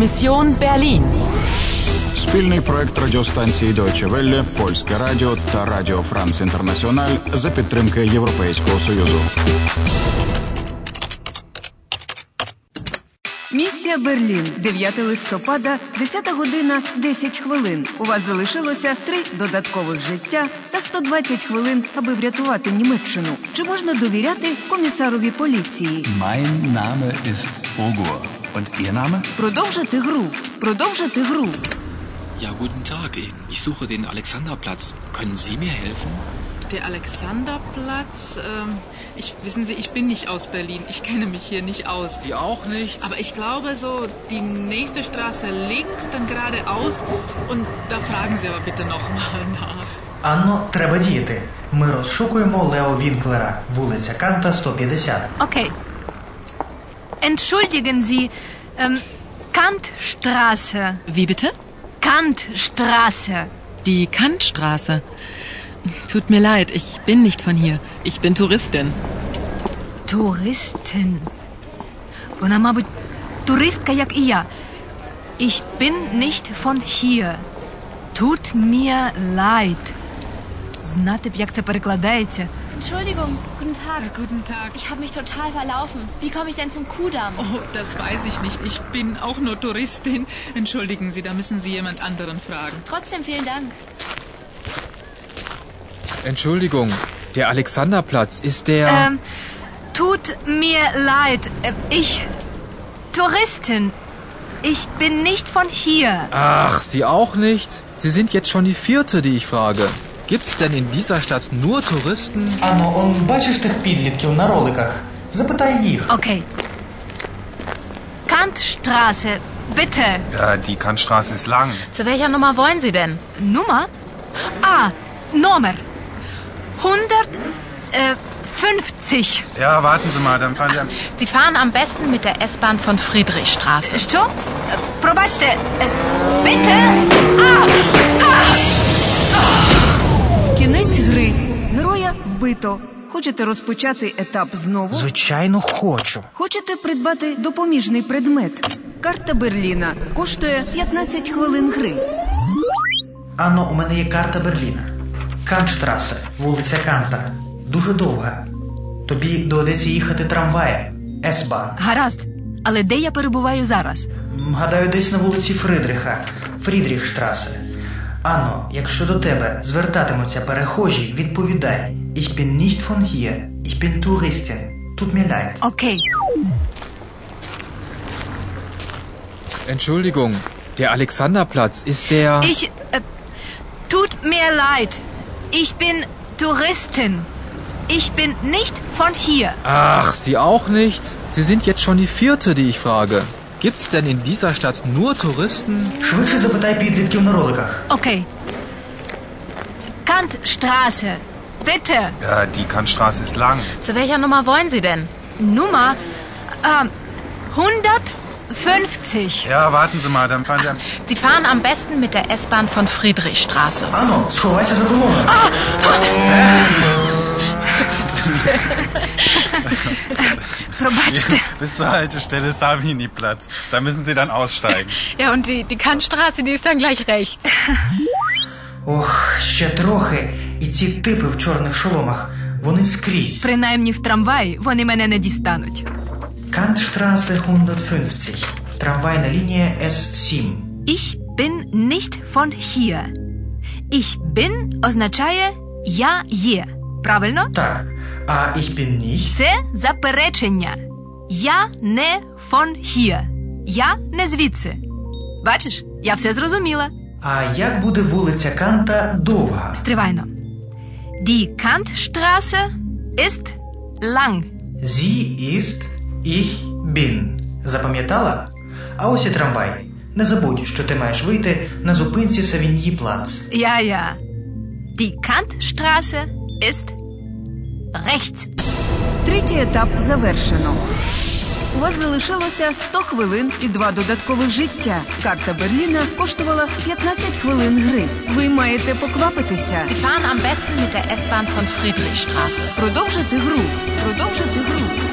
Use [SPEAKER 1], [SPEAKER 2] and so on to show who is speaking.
[SPEAKER 1] Mission Berlin.
[SPEAKER 2] Спільний проект радіостанції Deutsche Welle, Польське Радіо та Радіо Франц Інтернаціональ за підтримки Європейського Союзу.
[SPEAKER 3] Місія Берлін, 9 листопада, 10 година 10 хвилин. У вас залишилося три додаткових життя та 120 хвилин, аби врятувати Німеччину. Чи можна довіряти комісарові поліції?
[SPEAKER 4] Mein Name ist Ogur. Und Ihr Name?
[SPEAKER 3] Продовжити гру. Продовжити гру.
[SPEAKER 5] Ja, guten Tag. Ich suche den Alexanderplatz. Können Sie mir helfen?
[SPEAKER 6] Der Alexanderplatz. Ähm, ich wissen Sie, ich bin nicht aus Berlin. Ich kenne mich hier nicht aus.
[SPEAKER 7] Sie auch nicht?
[SPEAKER 6] Aber ich glaube so die nächste Straße links, dann geradeaus und da fragen Sie aber bitte nochmal nach.
[SPEAKER 8] Анно, треба діяти. Ми розшукуємо Лео Вінклера, вулиця Канта 150.
[SPEAKER 9] Okay. Entschuldigen Sie, ähm, Kantstraße.
[SPEAKER 1] Wie bitte?
[SPEAKER 9] Kantstraße.
[SPEAKER 1] Die Kantstraße. Tut mir leid, ich bin nicht von hier. Ich bin Touristin.
[SPEAKER 9] Touristen. Вона, мабуть, туристка, як і я. Ich bin nicht von hier. Tut mir leid. Знати б, як це перекладається.
[SPEAKER 10] Entschuldigung, guten Tag.
[SPEAKER 6] Guten Tag.
[SPEAKER 10] Ich habe mich total verlaufen. Wie komme ich denn zum Kudamm?
[SPEAKER 6] Oh, das weiß ich nicht. Ich bin auch nur Touristin. Entschuldigen Sie, da müssen Sie jemand anderen fragen.
[SPEAKER 10] Trotzdem vielen Dank.
[SPEAKER 7] Entschuldigung, der Alexanderplatz ist der.
[SPEAKER 9] Ähm, tut mir leid. Äh, Ich. Touristin. Ich bin nicht von hier.
[SPEAKER 7] Ach, Sie auch nicht? Sie sind jetzt schon die vierte, die ich frage. Gibt's denn in dieser Stadt nur Touristen?
[SPEAKER 8] Анно, он бачиш тих підлітків на роликах? Запитай їх.
[SPEAKER 11] Ah.
[SPEAKER 9] Okay. Kantstraße, bitte.
[SPEAKER 11] die Kantstraße ist lang.
[SPEAKER 9] Zu welcher Nummer wollen Sie denn? Nummer? Ah, Nummer. äh, 150.
[SPEAKER 11] Ja, warten Sie mal, dann fahren Sie.
[SPEAKER 9] Sie fahren am besten mit der S-Bahn von Friedrichstraße. Что? Э, Пробачьте. э, Bitte. Ah!
[SPEAKER 3] Кінець гри. Героя вбито. Хочете розпочати етап знову?
[SPEAKER 8] Звичайно, хочу.
[SPEAKER 3] Хочете придбати допоміжний предмет? Карта Берліна коштує 15 хвилин гри.
[SPEAKER 8] Анно, у мене є карта Берліна. Кантштрасе, вулиця Канта. Дуже довга. Тобі доведеться їхати трамваєм. Есбан.
[SPEAKER 9] Гаразд. Але де я перебуваю зараз?
[SPEAKER 8] М, Гадаю, десь на вулиці Фридриха, Фрідріхштрасе. Анно, якщо до тебе звертатимуться перехожі, відповідай. Ich bin nicht von hier. Ich bin Touristin. Tut mir leid.
[SPEAKER 9] Окей.
[SPEAKER 7] Entschuldigung, der Alexanderplatz ist der.
[SPEAKER 9] Ich. Äh, tut mir leid. Ich bin Touristin. Ich bin nicht von hier.
[SPEAKER 7] Ach, Sie auch nicht? Sie sind jetzt schon die vierte, die ich frage. Gibt's denn in dieser Stadt nur Touristen?
[SPEAKER 8] Швидше запитай підлітків на роликах.
[SPEAKER 9] Okay. Kantstraße. Bitte.
[SPEAKER 11] die Kantstraße ist lang.
[SPEAKER 9] Zu welcher Nummer wollen Sie denn? Nummer ähm, 150.
[SPEAKER 11] Ja, warten Sie mal, dann fahren Sie.
[SPEAKER 9] Sie fahren am besten mit der S-Bahn von Friedrichstraße.
[SPEAKER 8] Анно, сховайся за колоною.
[SPEAKER 9] Пробачте.
[SPEAKER 11] Bis zur Haltestelle Savini-Platz. Da müssen Sie dann aussteigen.
[SPEAKER 6] Ja, und die, die Kantstraße, die ist dann gleich rechts.
[SPEAKER 8] Ох, ще трохи. І ці типи в чорних шоломах. Вони скрізь.
[SPEAKER 9] Принаймні в трамваї вони мене не дістануть.
[SPEAKER 8] Кантштрасе 150. Трамвайна лінія С7.
[SPEAKER 9] Ich bin nicht von hier. Ich bin означає я є. Правильно?
[SPEAKER 8] Так. А ich bin nicht.
[SPEAKER 9] Це заперечення. Я не von hier. Я не звідси. Бачиш, я все зрозуміла.
[SPEAKER 8] А як буде вулиця Канта довга?
[SPEAKER 9] Стривайно. Die Kantstraße ist lang.
[SPEAKER 8] Sie ist, ich bin. Запам'ятала? А ось і трамвай. Не забудь, що ти маєш вийти на зупинці Савіньї Плац.
[SPEAKER 9] Ja, ja. Die Kantstraße ist rechts.
[SPEAKER 3] Третій етап завершено. У вас залишилося 100 хвилин і два додаткових життя. Карта Берліна коштувала 15 хвилин гри. Ви маєте поквапитися.
[SPEAKER 9] fahren am besten mit der S-Bahn von Friedrichstraße.
[SPEAKER 3] Продовжити гру. Продовжити гру.